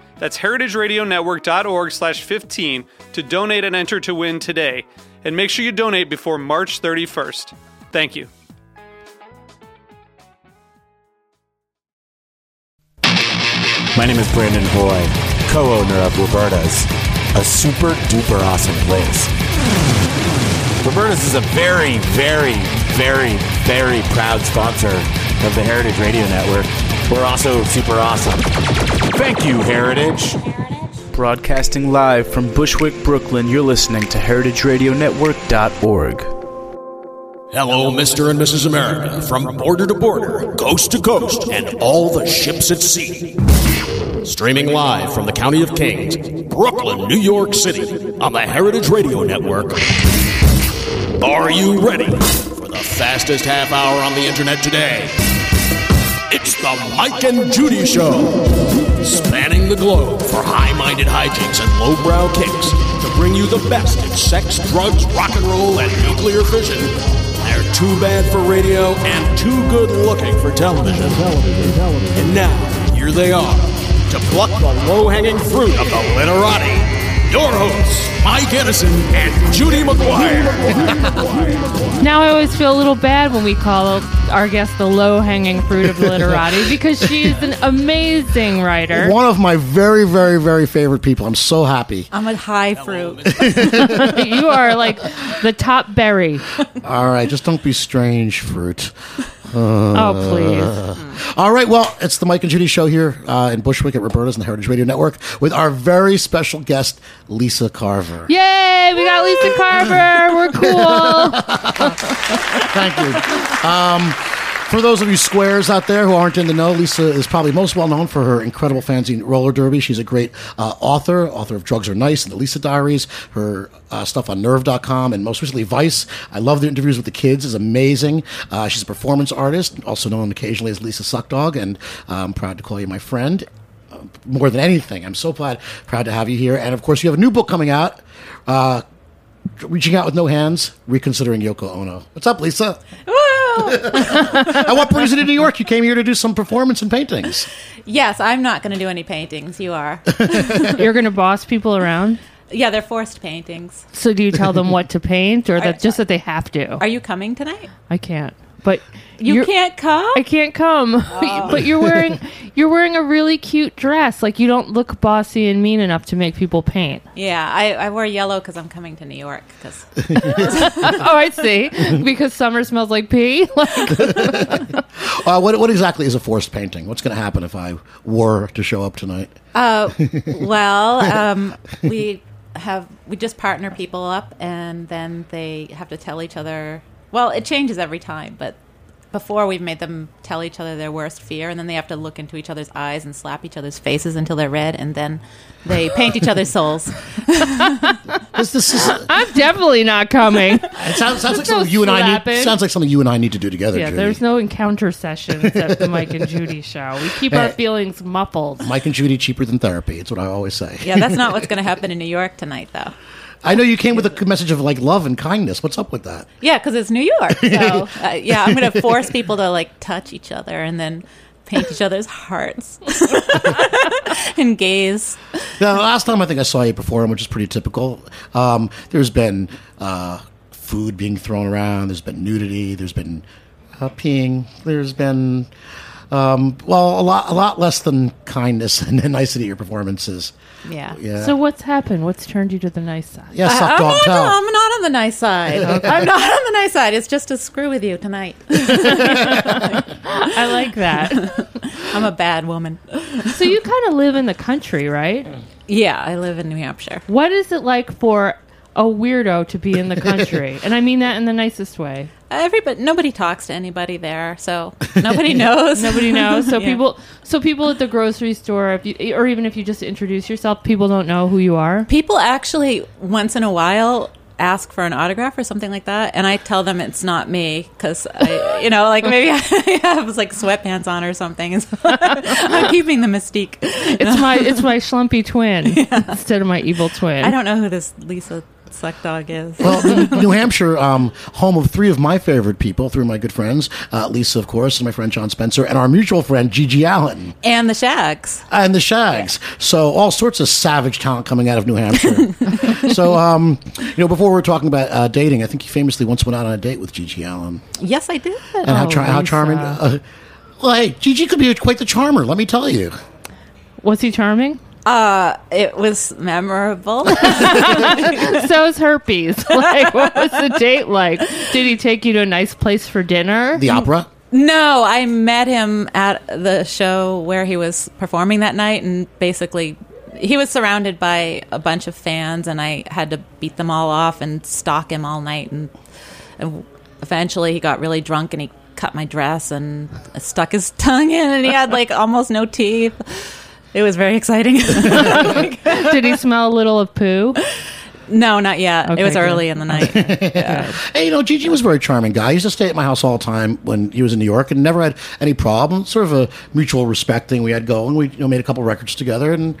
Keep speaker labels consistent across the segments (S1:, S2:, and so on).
S1: That's heritageradionetwork.org slash 15 to donate and enter to win today. And make sure you donate before March 31st. Thank you.
S2: My name is Brandon Boyd, co owner of Roberta's, a super duper awesome place. Roberta's is a very, very, very, very proud sponsor of the Heritage Radio Network. We're also super awesome. Thank you, Heritage.
S3: Broadcasting live from Bushwick, Brooklyn, you're listening to heritageradionetwork.org.
S4: Hello, Mr. and Mrs. America, from border to border, coast to coast, and all the ships at sea. Streaming live from the County of Kings, Brooklyn, New York City, on the Heritage Radio Network. Are you ready for the fastest half hour on the internet today? It's the Mike and Judy Show, spanning the globe for high minded hijinks and lowbrow kicks to bring you the best in sex, drugs, rock and roll, and nuclear fission. They're too bad for radio and too good looking for television. And now, here they are to pluck the low hanging fruit of the literati. Your hosts, Mike Edison and Judy McGuire.
S5: Now I always feel a little bad when we call our guest the low-hanging fruit of literati because she is an amazing writer.
S6: One of my very, very, very favorite people. I'm so happy.
S7: I'm a high fruit.
S5: you are like the top berry.
S6: All right, just don't be strange, fruit.
S5: Oh please.
S6: All right, well, it's the Mike and Judy show here uh, in Bushwick at Roberta's and the Heritage Radio Network with our very special guest, Lisa Carver.
S5: Yay, we got Lisa Carver. We're cool.
S6: Thank you. Um, for those of you squares out there who aren't in the know, Lisa is probably most well known for her incredible fanzine Roller Derby. She's a great uh, author, author of Drugs Are Nice and the Lisa Diaries, her uh, stuff on Nerve.com, and most recently Vice. I love the interviews with the kids, it's amazing. Uh, she's a performance artist, also known occasionally as Lisa Suckdog, and I'm proud to call you my friend. Uh, More than anything, I'm so proud, proud to have you here. And of course, you have a new book coming out, uh, Reaching Out with No Hands, Reconsidering Yoko Ono. What's up, Lisa?
S7: Woo!
S6: And what brings you to New York? You came here to do some performance and paintings.
S7: yes, I'm not going to do any paintings. You are.
S5: You're going to boss people around.
S7: yeah, they're forced paintings.
S5: So do you tell them what to paint or that just that they have to?
S7: Are you coming tonight?
S5: I can't. But
S7: You
S5: you're-
S7: can't come.
S5: I can't come. but you're wearing you're wearing a really cute dress. Like you don't look bossy and mean enough to make people paint.
S7: Yeah, I, I wore yellow because I'm coming to New York. Because
S5: oh, I see. Because summer smells like pee. Like,
S6: Uh, what, what exactly is a forced painting? What's going to happen if I were to show up tonight?
S7: well, um, we have we just partner people up, and then they have to tell each other. Well, it changes every time, but before we've made them tell each other their worst fear, and then they have to look into each other's eyes and slap each other's faces until they're red, and then they paint each other's souls.
S6: This, this is, it
S5: I'm definitely not coming.
S6: sounds, sounds like
S5: No
S6: something you and I need.
S5: slapping.
S6: Sounds like something you and I need to do together.
S5: Yeah,
S6: Judy.
S5: there's no encounter sessions at the Mike and Judy show. We keep our
S6: Hey.
S5: feelings muffled.
S6: Mike and Judy cheaper than therapy. It's what I always say.
S7: Yeah, that's not what's going to happen in New York tonight, though.
S6: I know you came with a message of like love and kindness. What's up with that?
S7: Yeah, because it's New York. So uh, yeah, I'm going to force people to like touch each other and then paint each other's hearts and gaze.
S6: Now, the last time I think I saw you perform, which is pretty typical, um, there's been uh, food being thrown around, there's been nudity, there's been uh, peeing, there's been Um, well, a lot, a lot less than kindness and nicety at your performances.
S7: Yeah.
S6: Yeah.
S5: So what's happened? What's turned you to the nice side?
S6: yeah,
S7: I,
S6: suck
S7: am
S6: dog
S7: not,
S6: tell.
S7: I'm not on the nice side. I'm not on the nice side. It's just to screw with you tonight.
S5: I like that.
S7: I'm a bad woman.
S5: so you kind of live in the country, right?
S7: Yeah, I live in New Hampshire.
S5: What is it like for a weirdo to be in the country? and I mean that in the nicest way.
S7: Everybody, nobody talks to anybody there, so nobody knows.
S5: Nobody knows. So
S7: Yeah.
S5: people, so people at the grocery store, if you, or even if you just introduce yourself, people don't know who you are.
S7: People actually, once in a while, ask for an autograph or something like that, and I tell them it's not me because I, you know, like maybe I have like sweatpants on or something. and so I'm keeping the mystique.
S5: It's my it's my schlumpy twin instead of my evil twin.
S7: I don't know who this Lisa suck dog is.
S6: well, New- New Hampshire, um, home of three of my favorite people, three of my good friends, uh, Lisa, of course, and my friend John Spencer, and our mutual friend Gigi Allen
S7: And the Shags.
S6: and the Shags. So all sorts of savage talent coming out of New Hampshire. so um, you know, before we were talking about uh, dating, I think you famously once went out on a date with Gigi Allen,
S7: Yes, I did.
S6: and how,
S5: Oh,
S6: char- how
S5: Lisa.
S6: charming. Uh, well, hey, Gigi could be quite the charmer. Let me tell you.
S5: Was he charming?
S7: It was memorable.
S5: so is herpes. Like, what was the date like? Did he take you to a nice place for dinner?
S7: Mm.
S6: The opera.
S7: no, I met him at the show where he was performing that night, and basically, he was surrounded by a bunch of fans, and I had to beat them all off and stalk him all night. And, and eventually, he got really drunk and he cut my dress and stuck his tongue in, and he had like almost no teeth. It was very exciting.
S5: Did he smell a little of poo?
S7: no, not yet.
S5: Okay,
S7: it was
S5: good.
S7: early in the night.
S6: Hey, you know, Gigi was a very charming guy. He used to stay at my house all the time when he was in New York and never had any problems. Sort of a mutual respect thing we had going. We you know, made a couple records together and,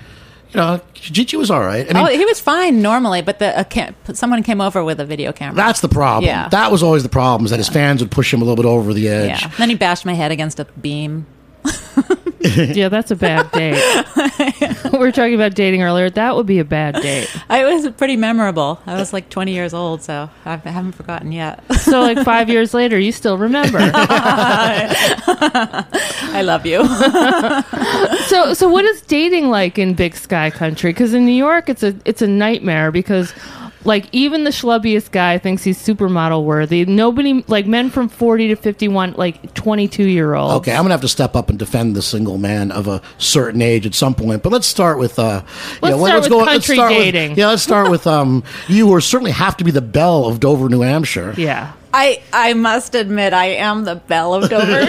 S6: you know, Gigi was all right. I mean,
S7: oh, he was fine normally, but the a ca- someone came over with a video camera.
S6: that's the problem.
S7: Yeah.
S6: That was always the problem is that his fans would push him a little bit over the edge.
S7: Yeah. Then he bashed my head against a beam.
S5: Yeah, that's a bad date. we were talking about dating earlier. That would be a bad date.
S7: It was pretty memorable. I was like 20 years old, so I haven't forgotten yet.
S5: So, like five years later, you still remember.
S7: I love you.
S5: So, so what is dating like in Big Sky Country? Because in New York, it's a it's a nightmare because. Like even the schlubbiest guy thinks he's supermodel worthy. Nobody like men from forty to fifty one, like twenty two year olds.
S6: Okay, I'm gonna have to step up and defend the single man of a certain age at some point. But let's start with uh,
S5: Let's
S6: what-
S5: start with country
S6: start with-
S5: dating.
S6: yeah, let's start with um, you were certainly have to be the belle of Dover, New Hampshire.
S5: Yeah.
S7: I, I must admit, I am the belle of Dover.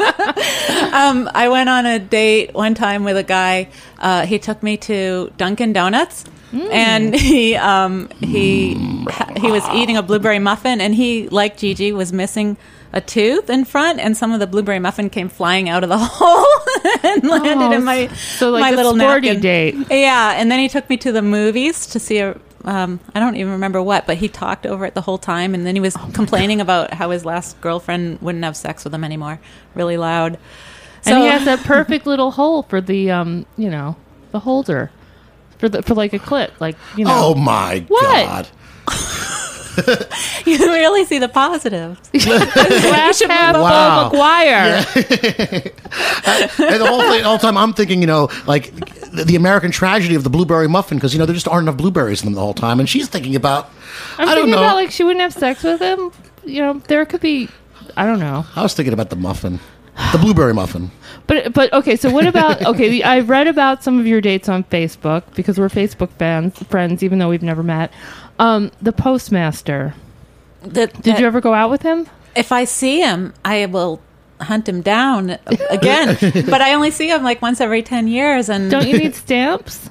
S7: um, I went on a date one time with a guy. Uh, he took me to Dunkin' Donuts. And he um, he he was eating a blueberry muffin, and he, like Gigi, was missing a tooth in front, and some of the blueberry muffin came flying out of the hole and landed in my
S5: so like
S7: my
S5: a
S7: little
S5: sporty
S7: napkin.
S5: date.
S7: Yeah, and then he took me to the movies to see a. Um, I don't even remember what, but he talked over it the whole time, and then he was complaining about how his last girlfriend wouldn't have sex with him anymore, really loud. So,
S5: and he has that perfect little hole for the um, you know, the holder for the for like a clip, like you know.
S6: Oh my
S5: What?
S6: god.
S7: you really see the positive.
S5: glass half full
S6: Wow.
S5: McGuire.
S6: and the whole thing, all the time, I'm thinking, you know, like the, the American tragedy of the blueberry muffin, because you know there just aren't enough blueberries in them the whole time, and she's thinking about.
S5: I'm
S6: I do not
S5: thinking
S6: know.
S5: about like she wouldn't have sex with him. You know, there could be I don't know.
S6: I was thinking about the muffin, the blueberry muffin.
S5: But but okay, so what about okay, the, I've read about some of your dates on Facebook because we're Facebook fans friends even though we've never met. Um, the postmaster.
S7: That,
S5: Did you ever go out with him?
S7: If I see him, I will hunt him down again. but I only see him like once every ten years, and
S5: Don't you need stamps?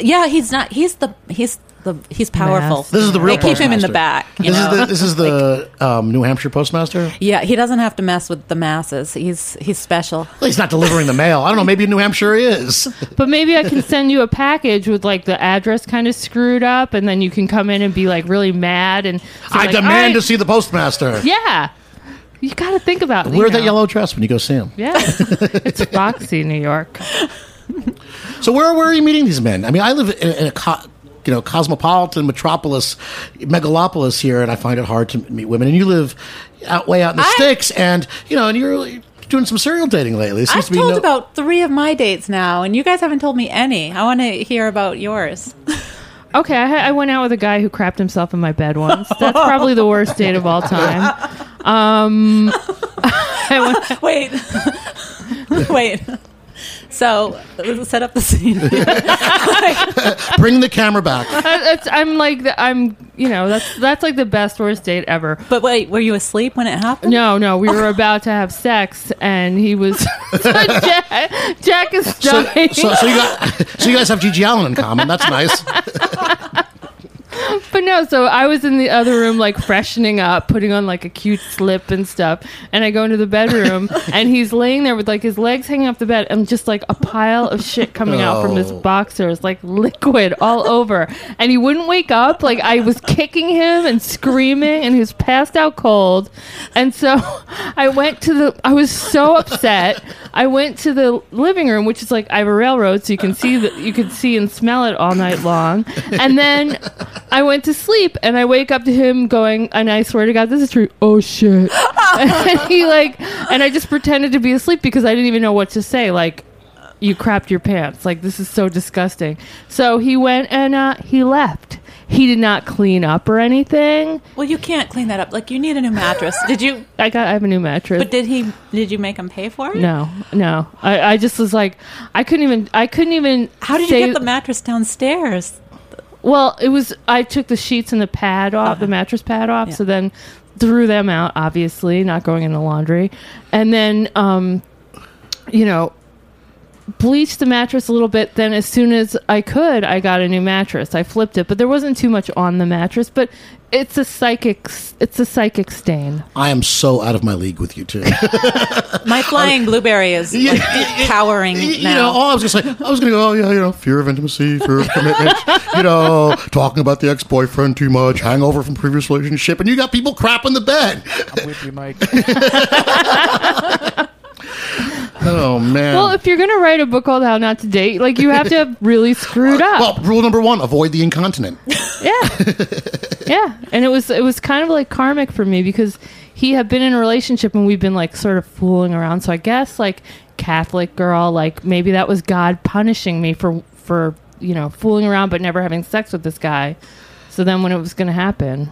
S7: yeah, he's not. He's the he's the he's powerful.
S5: This
S6: is the real
S7: They keep him in the
S6: postmaster.
S7: back. You
S6: This
S7: know?
S6: is the this is the um, New Hampshire postmaster.
S7: Yeah, he doesn't have to mess with the masses. He's he's special.
S6: Well, he's not delivering the mail. I don't know. Maybe in New Hampshire he is.
S5: But maybe I can send you a package with like the address kind of screwed up, and then you can come in and be like really mad and. so,
S6: I
S5: like, all right,
S6: demand to see the postmaster.
S5: Yeah, you got to think about you
S6: Wear that
S5: know.
S6: yellow dress when you go see him.
S5: Yeah, it's Foxy, New York.
S6: So where where are you meeting these men? I mean, I live in, in a co- you know cosmopolitan metropolis, megalopolis here, and I find it hard to meet women. And you live out way out in the
S7: I-
S6: sticks, and you know, and you're doing some serial dating lately. It seems
S7: I've
S6: to be
S7: told
S6: no-
S7: about three of my dates now, and you guys haven't told me any. I want to hear about yours.
S5: Okay, I, ha- I went out with a guy who crapped himself in my bed once. That's probably the worst date of all time. Um, I went-
S7: Wait, wait. So let's set up the scene.
S6: Bring the camera back.
S5: I, it's- I'm like, the, I'm, you know, that's that's like the best worst date ever.
S7: but wait, were you asleep when it happened?
S5: No, no, we were about to have sex, and he was Jack, Jack is
S6: So,
S5: dying.
S6: so, so you got, so you guys have Gigi Allen in common. That's nice.
S5: But no, so I was in the other room, like freshening up, putting on like a cute slip and stuff. And I go into the bedroom, and he's laying there with like his legs hanging off the bed, and just like a pile of shit coming out from his
S6: Oh.
S5: boxers, like liquid all over. And he wouldn't wake up. Like I was kicking him and screaming, and he was passed out cold. And so I went to the. I was so upset. I went to the living room, which is like I have a railroad, so you can see that you can see and smell it all night long. And then I went to sleep, and I wake up to him going, and I swear to God, this is true. Oh shit! and he like, and I just pretended to be asleep because I didn't even know what to say. Like, you crapped your pants. Like this is so disgusting. So he went and uh, he left. He did not clean up or anything.
S7: Well, you can't clean that up. Like you need a new mattress. Did you?
S5: I got. I have a new mattress.
S7: But did he? Did you make him pay for it?
S5: no, no. I, I just was like, I couldn't even. I couldn't even.
S7: How did
S5: say-
S7: you get the mattress downstairs?
S5: Well, it was. I took the sheets and the pad off, the mattress pad off. So then threw them out. Obviously, not going in the laundry. And then, um, you know, bleached the mattress a little bit. Then, as soon as I could, I got a new mattress. I flipped it, but there wasn't too much on the mattress. But it's a psychic. s- It's a psychic stain.
S6: I am so out of my league with you two.
S7: My flying blueberry is like, cowering
S6: Y- You
S7: now.
S6: know, all I was gonna say, I was gonna go, oh yeah, you know, fear of intimacy, fear of commitment, you know, talking about the ex-boyfriend too much, hangover from previous relationship, and you got people crap in the bed.
S8: I'm with you, Mike.
S6: Oh man.
S5: Well, if you're gonna write a book called "How Not to Date," like you have to have really screwed up.
S6: Well, rule number one: avoid the incontinent.
S5: Yeah. yeah. And it was it was kind of like karmic for me because he had been in a relationship and we've been like sort of fooling around. So I guess like Catholic girl, like maybe that was God punishing me for for, you know, fooling around but never having sex with this guy. So then when it was going to happen.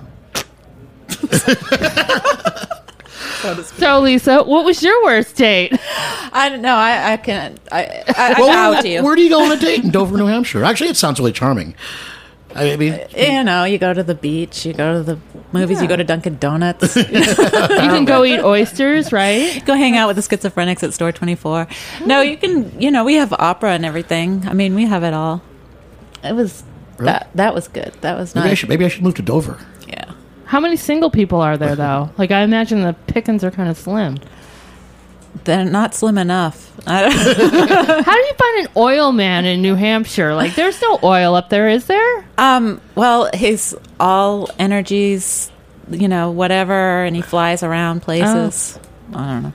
S5: so Lisa, what was your worst date?
S7: I don't know. I, I can't. I, I,
S6: Well,
S7: I bow
S6: where,
S7: to you.
S6: where do you go on a date in Dover, New Hampshire? Actually, it sounds really charming. I
S7: Uh,
S6: mean,
S7: you know, you go to the beach, you go to the movies, you go to Dunkin' Donuts, you
S5: You can go eat oysters, right?
S7: go hang out with the schizophrenics at Store 24. No, you can, you know, we have opera and everything. I mean, we have it all. It was, that, that was good. That was
S6: maybe I
S7: nice.
S6: should maybe I should move to Dover.
S7: Yeah.
S5: How many single people are there though? Like I imagine the pickings are kind of slim.
S7: They're not slim enough. I don't-
S5: How do you find an oil man in New Hampshire? Like, there's no oil up there, is there?
S7: um, well, he's all energies, you know, whatever, and he flies around places.
S6: Oh.
S7: I don't know.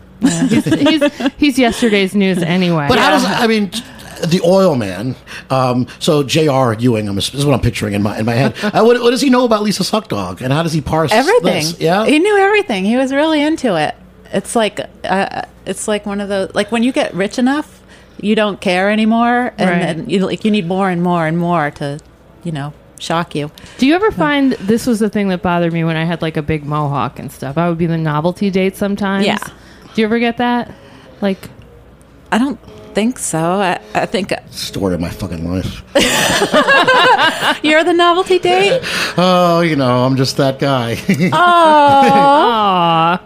S5: he's, he's yesterday's news anyway.
S6: But how does I mean? t- The oil man. Um, so J.R. Ewing, I'm, this is what I'm picturing in my in my head. Uh, what, what does he know about Lisa Suckdog, and how does he parse
S7: everything.
S6: This? Yeah,
S7: he knew everything. He was really into it. It's like uh, it's like one of those like when you get rich enough, you don't care anymore, and
S5: Right.
S7: then you like you need more and more and more to, you know, shock you.
S5: do you ever find this was the thing that bothered me when I had like a big mohawk and stuff? I would be the novelty date sometimes.
S7: Yeah.
S5: Do you ever get that? Like,
S7: I don't think so. I, I think
S6: story of my fucking life.
S7: you're the novelty date.
S6: Oh, you know, I'm just that guy.
S5: aw.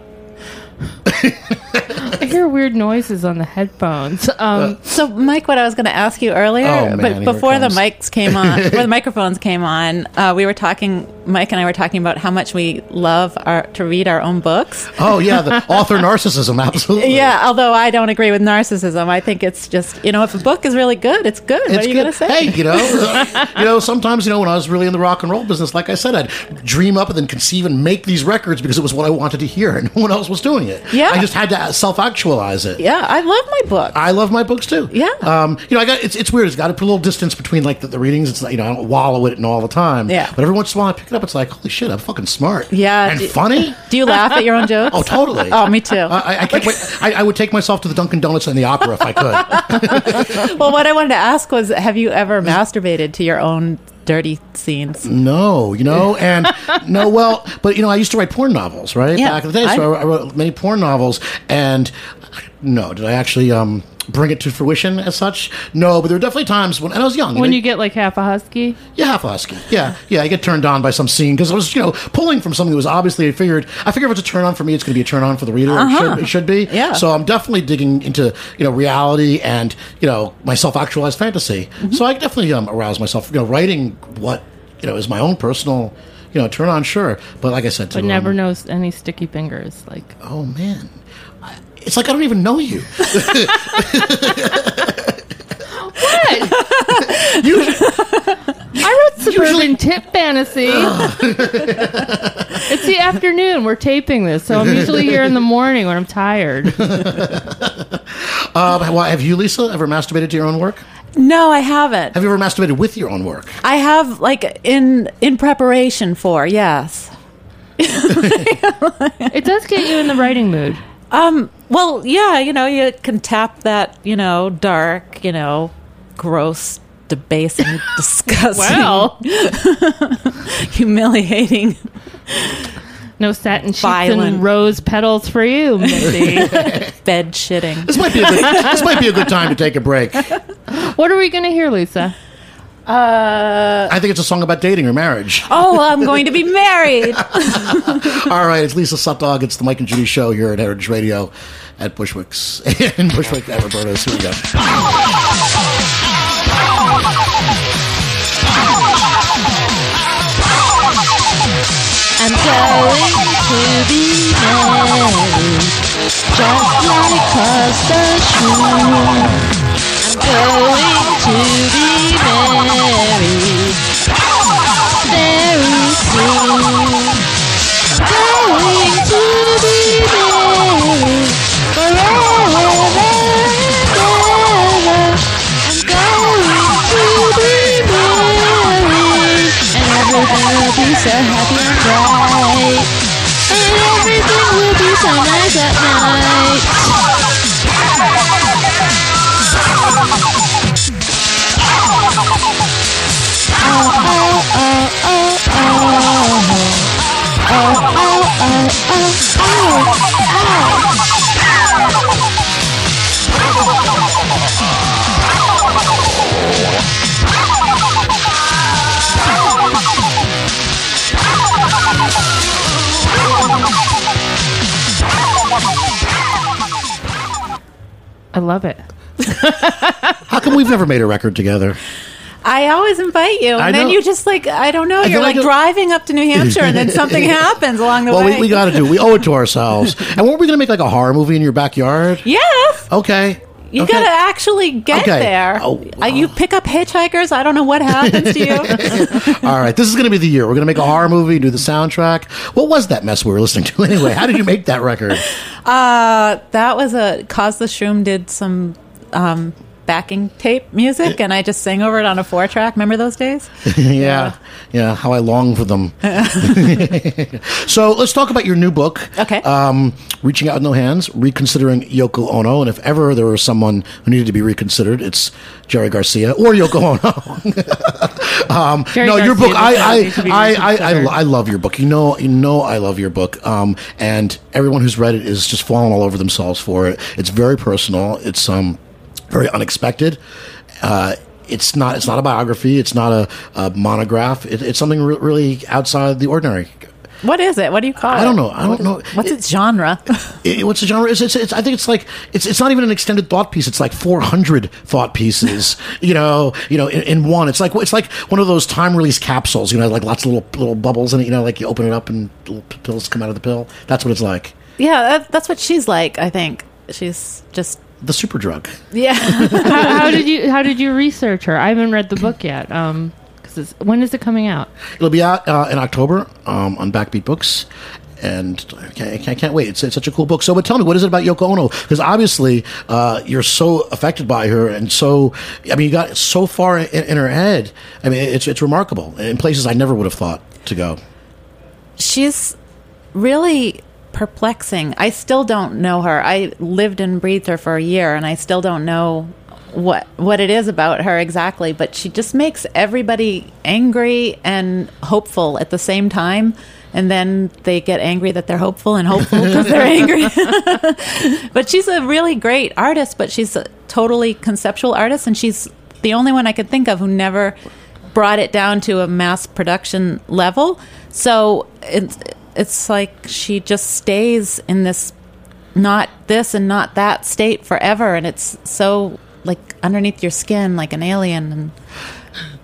S5: I hear weird noises on the headphones. Um,
S7: So, Mike, what I was going to ask you earlier,
S6: Oh, man, here
S7: but
S6: it
S7: before the
S6: comes.
S7: mics came on, before the microphones came on, uh, we were talking. Mike and I were talking about how much we love our, to read our own books.
S6: oh yeah, the author narcissism, absolutely.
S7: Yeah, although I don't agree with narcissism. I think it's just, you know, if a book is really good, it's good. what
S6: It's
S7: are you
S6: good.
S7: going to say?
S6: Hey, you know, uh, you know. Sometimes, you know, when I was really in the rock and roll business, like I said, I'd dream up and then conceive and make these records because it was what I wanted to hear, and no one else was doing it.
S7: Yeah.
S6: I just had to self intellectualize it.
S7: Yeah, I love my book.
S6: I love my books too.
S7: Yeah.
S6: Um, you know, I got it's, it's weird. It's got to put a little distance between like the, the readings. It's like, you know, I don't wallow in it and all the time.
S7: Yeah.
S6: But every once in a while, I pick it up. It's like, holy shit, I'm fucking smart.
S7: Yeah,
S6: And
S7: do-
S6: funny.
S7: Do you laugh at your own jokes?
S6: Oh, totally.
S7: Oh, me too.
S6: I, I- I can't wait. I, I would take myself to the Dunkin' Donuts and the opera if I could.
S7: well, what I wanted to ask was, have you ever masturbated to your own dirty scenes?
S6: Mm. no, you know, and no, well, but you know, I used to write porn novels, right?
S7: Yeah,
S6: Back in the day, so I, I wrote many porn novels, and no, did I actually um, bring it to fruition as such? No, but there were definitely times when, and I was young.
S5: When
S6: know,
S5: you get like half a husky,
S6: Yeah, half a husky. Yeah, yeah. I get turned on by some scene because I was, you know, pulling from something that was obviously. I figured, I figure if it's a turn on for me, it's going to be a turn on for the reader.
S5: Uh-huh.
S6: It, should, it should be.
S7: Yeah.
S6: So I'm definitely digging into you know reality and you know my self actualized fantasy.
S5: Mm-hmm.
S6: So I definitely um, arouse myself. You know, writing what you know is my own personal you know turn on. Sure, but like I said, to,
S5: but never
S6: um,
S5: knows any sticky fingers. Like
S6: Oh man, I- it's like I don't even know you.
S5: I wrote suburban tip fantasy. it's the afternoon. We're taping this, so I'm usually here in the morning when I'm tired.
S6: Uh, but why- have you, Lisa, ever masturbated to your own work?
S7: No, I haven't.
S6: Have you ever masturbated with your own work?
S7: I have like in in preparation for yes.
S5: It does get you in the writing mood.
S7: Um. Well, yeah. You know, you can tap that. You know, dark. You know, gross, debasing, disgusting,
S5: Wow.
S7: humiliating.
S5: No satin sheets
S7: Violent.
S5: and rose petals for you, Missy.
S7: bed shitting.
S6: This might be a good, this might be a good time to take a break.
S5: what are we going to hear, Lisa?
S6: I think it's a song about dating or marriage.
S7: Oh, I'm going to be married.
S6: All right, it's Lisa Sutdog. It's the Mike and Judy Show here at Heritage Radio at Bushwick's in Bushwick at Roberto's. Here we go.
S7: I'm going to be married, just like Buster Shrew. I'm going to be married very soon. I'm going to be married forever and ever. I'm going to be married, and everything will be so happy and bright. And everything will be so nice at night.
S5: I love it.
S6: How come we've never made a record together?
S7: I always invite you, and
S6: I
S7: then
S6: know.
S7: you just like I don't know.
S6: I
S7: You're
S6: feel
S7: like
S6: like-
S7: driving up to New Hampshire, and then something happens along the
S6: Well,
S7: way.
S6: we, we got to do. We owe it to ourselves. And weren't we going to make like a horror movie in your backyard?
S7: yes.
S6: Okay.
S7: You
S6: okay.
S7: gotta actually get
S6: Okay.
S7: there.
S6: Oh.
S7: Uh, you pick up hitchhikers. I don't know what happens to you.
S6: All right, this is going to be the year. We're going to make a horror movie, do the soundtrack. What was that mess we were listening to anyway? How did you make that record?
S7: uh, that was a cause the shroom did some um, backing tape music, and I just sang over it on a four track. Remember those days?
S6: yeah, yeah. How I long for them. so let's talk about your new book.
S7: Okay.
S6: Um, Reaching out with no hands, reconsidering Yoko Ono, and if ever there was someone who needed to be reconsidered, it's Jerry Garcia or Yoko Ono.
S5: Jerry
S6: no,
S5: Garcia
S6: your book.
S5: does not
S6: I I,
S5: need to be
S6: I, I, I,
S5: reconsidered.
S6: lo- I love your book. You know, you know, I love your book. Um, and everyone who's read it is just falling all over themselves for it. It's very personal. It's um, very unexpected. Uh, it's not. It's not a biography. It's not a, a monograph. It, it's something re- really outside the ordinary.
S7: What is it? What do you call it?
S6: I don't know. I don't know.
S7: What's its genre?
S6: It- what's the genre? It's, it's, it's, I think it's like it's, it's not even an extended thought piece. It's like 400 thought pieces, you know, you know, in, in one. It's like it's like one of those time release capsules, you know, like lots of little little bubbles in it. You know, like you open it up and little p- pills come out of the pill. That's what it's like.
S7: yeah, that, that's what she's like. I think she's just
S6: The super drug.
S7: yeah.
S5: how, how did you How did you research her? I haven't read the book yet. Um, 'cause it's, when is it coming out?
S6: It'll be out uh, in October um, on Backbeat Books. and I can't, I can't, I can't wait. It's, it's such a cool book. So, but tell me, what is it about Yoko Ono? Because obviously, uh, you're so affected by her, and so I mean, you got so far in, in her head. I mean, it's it's remarkable in places I never would have thought to go.
S7: she's really perplexing. I still don't know her. I lived and breathed her for a year, and I still don't know what what it is about her exactly. But she just makes everybody angry and hopeful at the same time. And then they get angry that they're hopeful and hopeful because they're angry. but she's a really great artist, but she's a totally conceptual artist, and she's the only one I could think of who never brought it down to a mass production level. So it's it's like she just stays in this not this and not that state forever, and it's so like underneath your skin, like an alien. And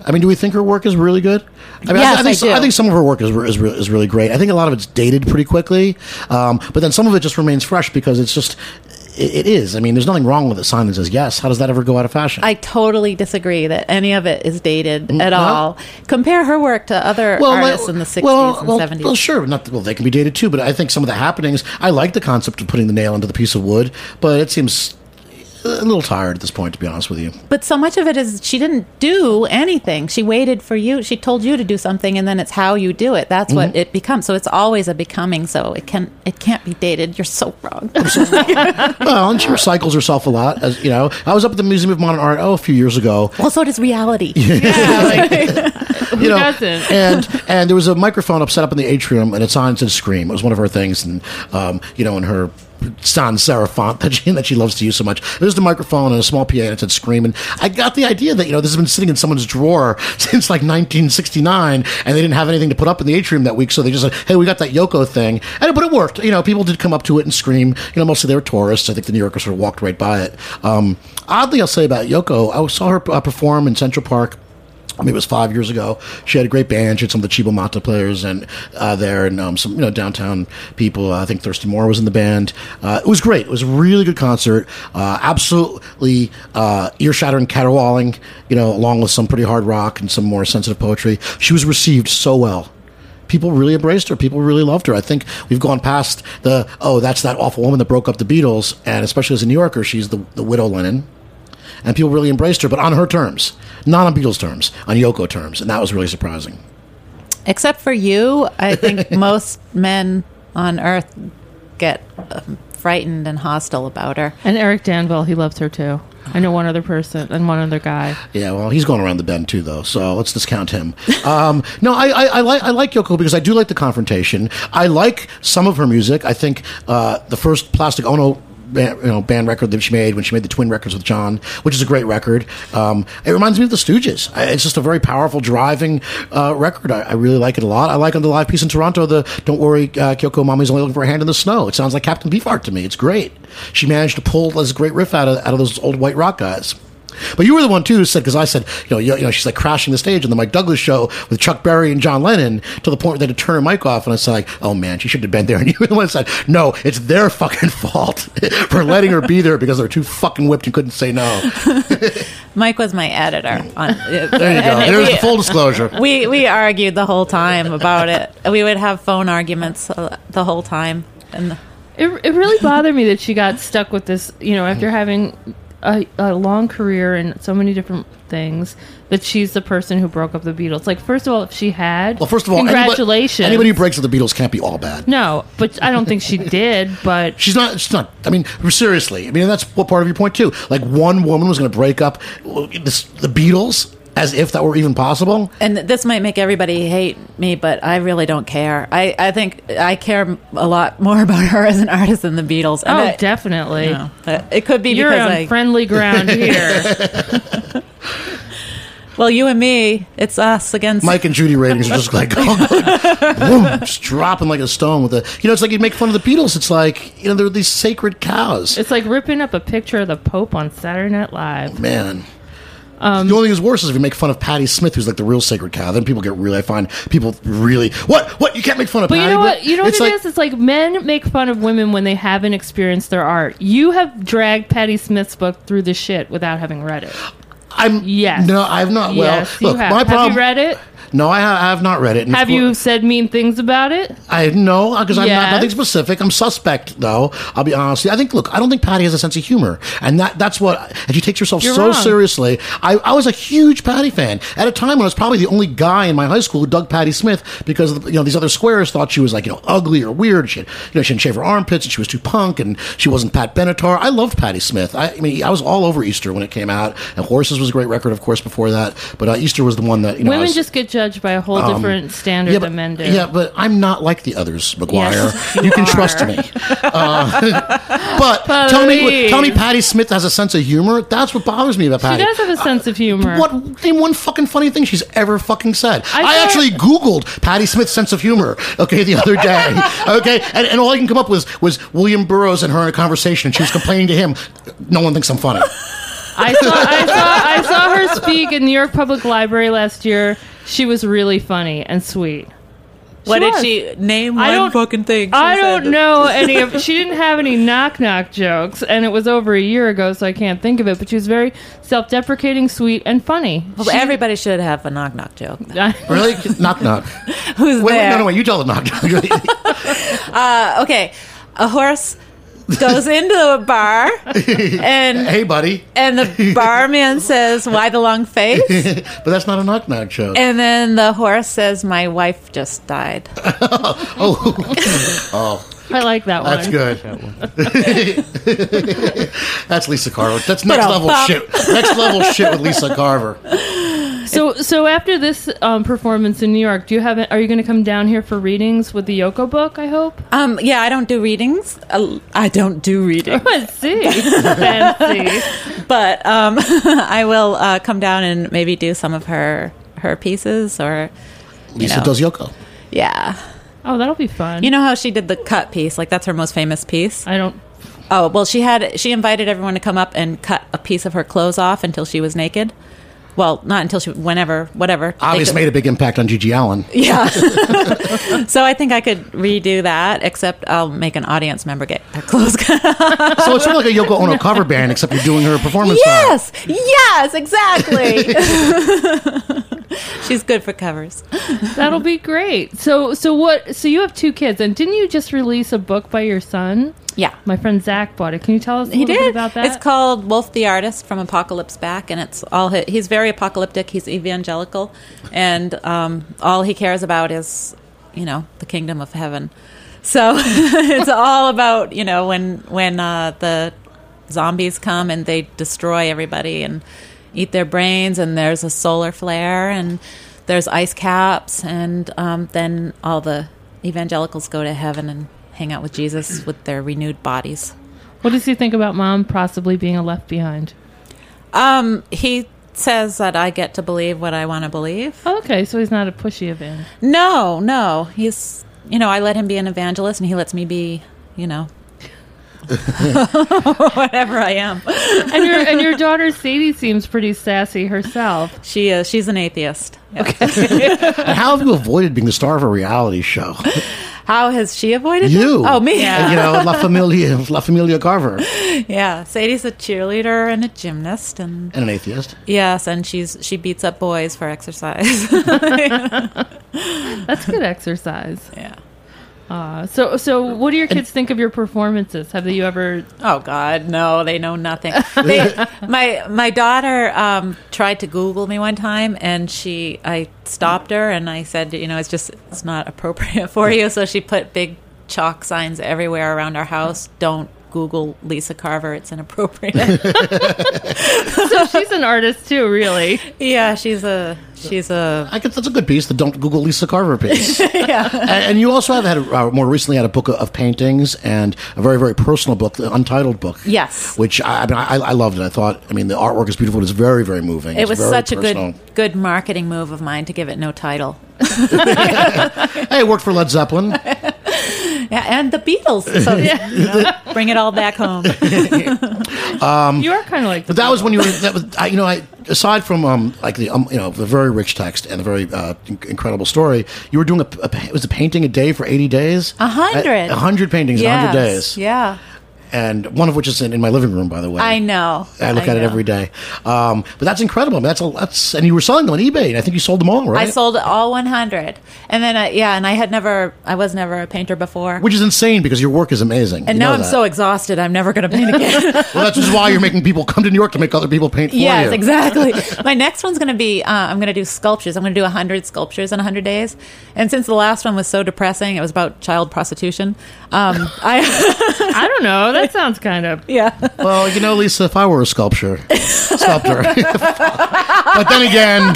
S6: I mean, do we think her work is really good? I mean, I,
S7: Yes,
S6: thi- I think
S7: I
S6: so-
S7: do.
S6: think some of her work is, re- is, re- is really great. I think a lot of it's dated pretty quickly, um, but then some of it just remains fresh because it's just it, it is. I mean, there's nothing wrong with it. Simon says yes. How does that ever go out of fashion?
S7: I totally disagree that any of it is dated at
S6: Mm, no.
S7: all. Compare her work to other
S6: my-
S7: artists in the sixties
S6: well,
S7: and
S6: well,
S7: seventies.
S6: Well, sure, not well. They can be dated too, but I think some of the happenings. I like the concept of putting the nail into the piece of wood, but it seems a little tired at this point, to be honest with you.
S7: But so much of it is she didn't do anything. She waited for you. She told you to do something, and then it's how you do it. That's what it becomes. So it's always a becoming. So it can it can't be dated. You're so wrong.
S6: Well, and she recycles herself a lot, as you know. I was up at the Museum of Modern Art oh, a few years ago,
S7: well, so does reality.
S6: you know,
S5: doesn't?
S6: and and there was a microphone up set up in the atrium, and it's on to scream. It was one of her things, and um, you know, in her sans serif font that she that she loves to use so much. There's the microphone and a small PA, and it said scream. And I got the idea that you know this has been sitting in someone's drawer since like 1969, and they didn't have anything to put up in the atrium that week, so they just said, "Hey, we got that Yoko thing," and but it worked. You know, people did come up to it and scream. You know, mostly they were tourists. I think the New Yorkers sort of walked right by it. Um, oddly, I'll say about Yoko, I saw her uh, perform in Central Park. I mean, it was five years ago. She had a great band. She had some of the Chibo Mata players and uh, there, and um, some you know downtown people. I think Thurston Moore was in the band. Uh, it was great. It was a really good concert. Uh, absolutely uh, ear shattering, caterwauling. You know, along with some pretty hard rock and some more sensitive poetry. She was received so well people really embraced her. People really loved her. I think we've gone past the oh, that's that awful woman that broke up the Beatles, and especially as a New Yorker, she's the, the widow Lennon. And people really embraced her, but on her terms, not on Beatles terms, on Yoko terms, and that was really surprising.
S7: Except for you, I think most men on Earth get um, frightened and hostile about her.
S5: And Eric Danville, he loves her too. I know one other person and one other guy.
S6: Yeah, well, he's going around the bend too, though. So let's discount him. Um, no, I, I, I like I like Yoko because I do like the confrontation. I like some of her music. I think uh, the first Plastic Ono. Band, you know, band record that she made when she made the twin records with John, which is a great record. Um, it reminds me of the Stooges. I, it's just a very powerful, driving uh, record. I, I really like it a lot. I like on the live piece in Toronto the "Don't Worry, uh, Kyoko, Mommy's Only Looking for a Hand in the Snow." It sounds like Captain Beefheart to me. It's great. She managed to pull this great riff out of out of those old white rock guys. But you were the one too who said because I said you know you, you know she's like crashing the stage on the Mike Douglas show with Chuck Berry and John Lennon to the point where they had to turn her mic off and I said like oh man she should have been there and you were the one who said no it's their fucking fault for letting her be there because they were too fucking whipped and couldn't say no
S7: Mike was my editor. On, uh, there you
S6: there you go there's the full disclosure
S7: we we argued the whole time about it. We would have phone arguments uh, the whole time, and
S5: It, it really bothered me that she got stuck with this, you know, after having a, a long career and so many different things, that she's the person who broke up the Beatles. Like, first of all, if she had.
S6: well first of all anybody-
S5: congratulations.
S6: anybody who breaks up the Beatles can't be all bad
S5: no, but I don't think she did, but.
S6: She's not. She's not. I mean, seriously. I mean, that's what part of your point too. Like, one woman was going to break up this, the Beatles as if that were even possible.
S7: and this might make everybody hate me, but I really don't care. I I think I care a lot more about her as an artist than the Beatles.
S5: Oh,
S7: And I-
S5: definitely.
S7: No, but it could be
S5: You're
S7: because
S5: on
S7: I
S5: friendly ground here.
S7: well, you and me, it's us against
S6: Mike and Judy ratings are just like oh, boom, just dropping like a stone with a. You know, it's like you make fun of the Beatles. It's like you know they're these sacred cows.
S5: It's like ripping up a picture of the Pope on Saturday Night Live.
S6: Man. the only thing that's worse is if you make fun of Patty Smith, who's like the real sacred cow. Then people get really. I find people really. What? What? You can't make fun of.
S5: But you
S6: Patty,
S5: know what? You know what
S6: it's
S5: it
S6: like-
S5: is? It's like men make fun of women when they haven't experienced their art. You have dragged Patti Smith's book through the shit without having read it.
S6: I'm.
S5: Yes.
S6: No, I've not. Well,
S5: yes,
S6: look,
S5: you have.
S6: my
S5: have
S6: problem.
S5: you read it?
S6: No, I, ha- I have not read it. And of
S5: Have
S6: cour-
S5: you said mean things about it?
S6: I no, because I'm not
S5: Yes.
S6: nothing specific. I'm suspect though. I'll be honest. I think look, I don't think Patty has a sense of humor, and that that's what. And she takes herself
S5: You're
S6: so
S5: wrong.
S6: seriously. I, I was a huge Patty fan at a time when I was probably the only guy in my high school who dug Patty Smith because you know these other squares thought she was like you know ugly or weird. She had, you know she didn't shave her armpits and she was too punk and she wasn't Pat Benatar. I loved Patty Smith. I, I mean I was all over Easter when it came out, and Horses was a great record of course before that, but uh, Easter was the one that you know I
S5: Women
S6: was-
S5: just get judged by a whole different standard
S6: Um, yeah, but,
S5: than men do.
S6: yeah, but I'm not like the others, McGuire.
S5: Yes,
S6: you
S5: you
S6: can
S5: are.
S6: trust me. Uh, but tell me,
S5: Please.
S6: tell me, Patty Smith has a sense of humor. That's what bothers me about
S5: she
S6: Patty.
S5: does have a sense of humor.
S6: What name one fucking funny thing she's ever fucking
S5: I
S6: said? I,
S5: thought-
S6: actually Googled Patty Smith's sense of humor. Okay, the other day. okay, and, and all I can come up with was William Burroughs and her in a conversation. She was complaining to him. No one thinks I'm funny.
S5: I saw, I saw, I saw her speak at New York Public Library last year. She was really funny and sweet.
S8: What did
S5: was.
S8: she name?
S5: I
S8: One
S5: don't-
S8: fucking thing. she
S5: I
S8: said?
S5: don't know any of. She didn't have any knock knock jokes, and it was over a year ago, so I can't think of it. But she was very self deprecating, sweet, and funny.
S8: Well, everybody should have a knock knock joke.
S6: Really? knock knock.
S8: Who's
S6: Wait, wait,
S8: there?
S6: no, no, wait. You tell the knock knock.
S7: Okay, a horse goes into a bar and
S6: hey, buddy.
S7: and the barman says, "Why the long face?"
S6: But that's not a knock knock joke.
S7: And then the horse says, "My wife just died."
S5: I like that one.
S6: That's good. That's Lisa Carver. That's next level
S7: Ba-dum-bum.
S6: shit. Next level shit with Lisa Carver.
S5: So, so after this um, performance in New York, do you have? Are you going to come down here for readings with the Yoko book? I hope.
S7: Um, yeah, I don't do readings. Uh, I don't do readings,
S5: Let's see. Fancy.
S7: but um, I will uh, come down and maybe do some of her her pieces or
S6: Lisa
S7: know.
S6: does Yoko.
S7: yeah.
S5: Oh, that'll be fun.
S7: You know how she did the cut piece? Like that's her most famous piece.
S5: I don't.
S7: Oh well, she had she invited everyone to come up and cut a piece of her clothes off until she was naked. Well, not until she whenever whatever. They
S6: Obviously
S7: could-
S6: made a big impact on Gigi Allen.
S7: Yeah. so I think I could redo that, except I'll make an audience member get their clothes cut.
S6: So it's sort of like a Yoko Ono cover band, except you're doing her performance. style.
S7: yes, yes, exactly. She's good for covers.
S5: That'll be great. So, so what? So you have two kids, and didn't you just release a book by your son?
S7: Yeah.
S5: My friend Zach bought it. Can you tell us a
S7: He
S5: little bit
S7: did.
S5: about that?
S7: It's called Wolf the Artist from Apocalypse Back, and it's all hi he's very apocalyptic. He's evangelical, and um, all he cares about is, you know, the kingdom of heaven. So it's all about you know when when uh, the zombies come and they destroy everybody and eat their brains, and there's a solar flare and there's ice caps, and um, then all the evangelicals go to heaven and hang out with Jesus with their renewed bodies.
S5: What does he think about mom possibly being a left behind?
S7: Um, he says that I get to believe what I want to believe.
S5: Okay, so he's not a pushy event.
S7: No, no, he's you know I let him be an evangelist, and he lets me be you know whatever I am.
S5: And your and your daughter Sadie seems pretty sassy herself.
S7: She is. She's an atheist. Okay.
S6: And how have you avoided being the star of a reality show?
S7: How has she avoided
S6: You.
S7: It? Oh, me.
S6: And, you know, La Familia, La Familia Carver,
S7: yeah. Sadie's a cheerleader and a gymnast, and
S6: and an atheist.
S7: yes, and she's she beats up boys for exercise.
S5: That's good exercise.
S7: yeah.
S5: Uh, so so what do your kids think of your performances? Have you ever
S7: Oh God, no! They know nothing. They, my my daughter um, tried to Google me one time, and she I stopped her and I said, you know, it's just it's not appropriate for you. So she put big chalk signs everywhere around our house. Don't Google Lisa Carver; it's inappropriate.
S5: So she's an artist too, really.
S7: yeah, she's a she's a
S6: I guess that's a good piece. The don't Google Lisa Carver piece. yeah. And, and you also have had uh, more recently had a book of, of paintings and a very very personal book, the untitled book.
S7: Yes.
S6: Which I I, mean, I I loved it. I thought I mean the artwork is beautiful. It's very very moving.
S7: it
S6: It's
S7: was
S6: very
S7: such a
S6: personal.
S7: good good marketing move of mine to give it no title.
S6: Hey, it worked for Led Zeppelin.
S7: Yeah, and the Beatles. So you know, bring it all back home.
S5: you are kind of like
S6: But Um, that was when you were. That was I, you know. I aside from um like the um you know the very rich text and the very uh, in- incredible story, you were doing a, a pa- it was a painting a day for eighty days.
S7: A hundred.
S6: A hundred paintings in a hundred
S7: Yes,
S6: days.
S7: Yeah.
S6: and one of which is in, in my living room, by the way.
S7: I know.
S6: I look at it
S7: know.
S6: every day. Um, but that's incredible. I mean, that's a, that's and you were selling them on eBay, and I think you sold them all, right?
S7: I sold all 100, and then I, yeah, and I had never, I was never a painter before.
S6: which is insane because your work is amazing.
S7: and
S6: You
S7: now
S6: know
S7: I'm
S6: that.
S7: so exhausted, I'm never going to paint again.
S6: well. That's just why you're making people come to New York to make other people paint for
S7: yes,
S6: you.
S7: exactly. My next one's going to be uh, I'm going to do sculptures. I'm going to do 100 sculptures in 100 days. And since the last one was so depressing, it was about child prostitution. Um, I
S5: I don't know. That sounds kind of.
S7: yeah.
S6: Well, you know, Lisa, if I were a sculpture, sculptor, but then again,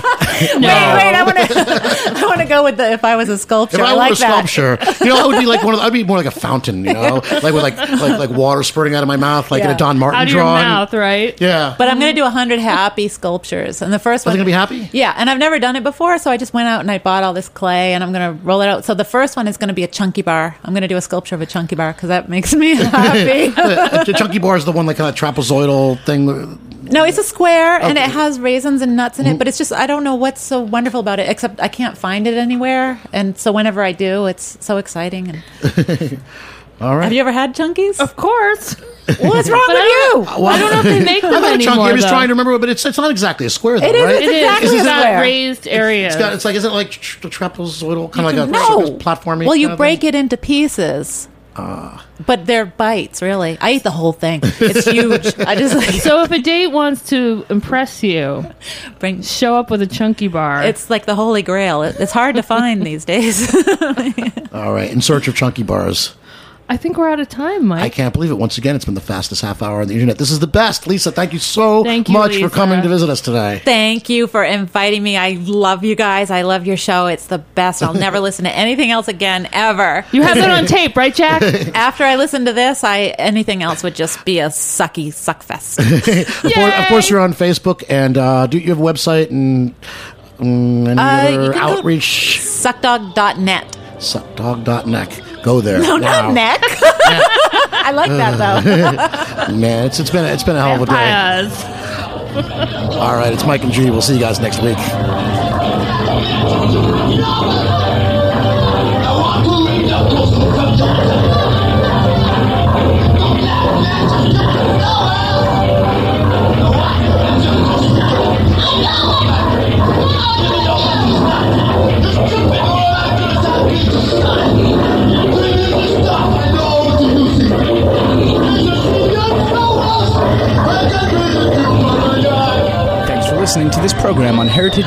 S7: Wait, wait, I want to I want to go with the if I was a sculpture.
S6: if I
S7: I
S6: were
S7: like
S6: a sculpture, you know, I would be like one of, the, I'd be more like a fountain, you know, like with like like like water spurting out of my mouth, like in
S7: Yeah.
S6: a Don Martin
S5: Out of your
S6: drawing.
S5: mouth, right?
S6: Yeah,
S7: that. But I'm going to do 100 happy sculptures. And the first
S6: are
S7: one
S6: they Oh, gonna be happy?
S7: Yeah, and I've never done it before, so I just went out and I bought all this clay and I'm going to roll it out. So the first one is going to be a chunky bar. I'm going to do a sculpture of a chunky bar cuz that makes me happy.
S6: Uh, the chunky bar is the one like kind of trapezoidal thing.
S7: No, it's a square and it has raisins and nuts in
S6: Mm-hmm.
S7: it, but it's just I don't know what's so wonderful about it except I can't find it anywhere. And so whenever I do, it's so exciting. And
S6: All right.
S7: have you ever had chunkies?
S5: Of course.
S7: What's wrong
S5: But I don't,
S7: with you?
S5: I don't know if they make them
S6: I'm not
S5: anymore.
S6: chunky. I'm just
S5: though.
S6: trying to remember, but it's it's not exactly a square, though,
S7: It is,
S6: right?
S7: it's
S5: It is.
S7: exactly
S5: It's
S7: a
S5: got
S7: square.
S5: raised areas.
S6: It's got it's like isn't it like tr- tr- trapezoidal kind of like a
S7: No,
S6: platformy? Ah.
S7: Well, you break it into pieces. but they're bites, really. I eat the whole thing. It's huge. I just like
S5: so if a date wants to impress you,
S7: bring.
S5: show up with a chunky bar.
S7: It's like the holy grail. It- It's hard to find these days.
S6: All right, in search of chunky bars.
S5: I think we're out of time, Mike.
S6: I can't believe it. Once again, it's been the fastest half hour on the internet. This is the best, Lisa. Thank you so
S5: Thank you,
S6: much
S5: Lisa.
S6: for coming to visit us today.
S7: Thank you for inviting me. I love you guys. I love your show. It's the best. I'll never listen to anything else again ever.
S5: You have that on tape, right, Jack?
S7: After I listen to this, I anything else would just be a sucky suckfest.
S6: Of course, of course, you're on Facebook, and uh, do you have a website and mm, any
S7: Uh, you
S6: other
S7: can go-
S6: outreach?
S7: Suckdog.net.
S6: Suckdog.neck. Go there.
S7: No,
S6: now.
S7: not neck. I like that though.
S6: Man, it's, it's been it's been a hell of a day.
S5: Vampires.
S6: All right, it's Mike and Judy. We'll see you guys next week.
S3: Thanks for listening to this program on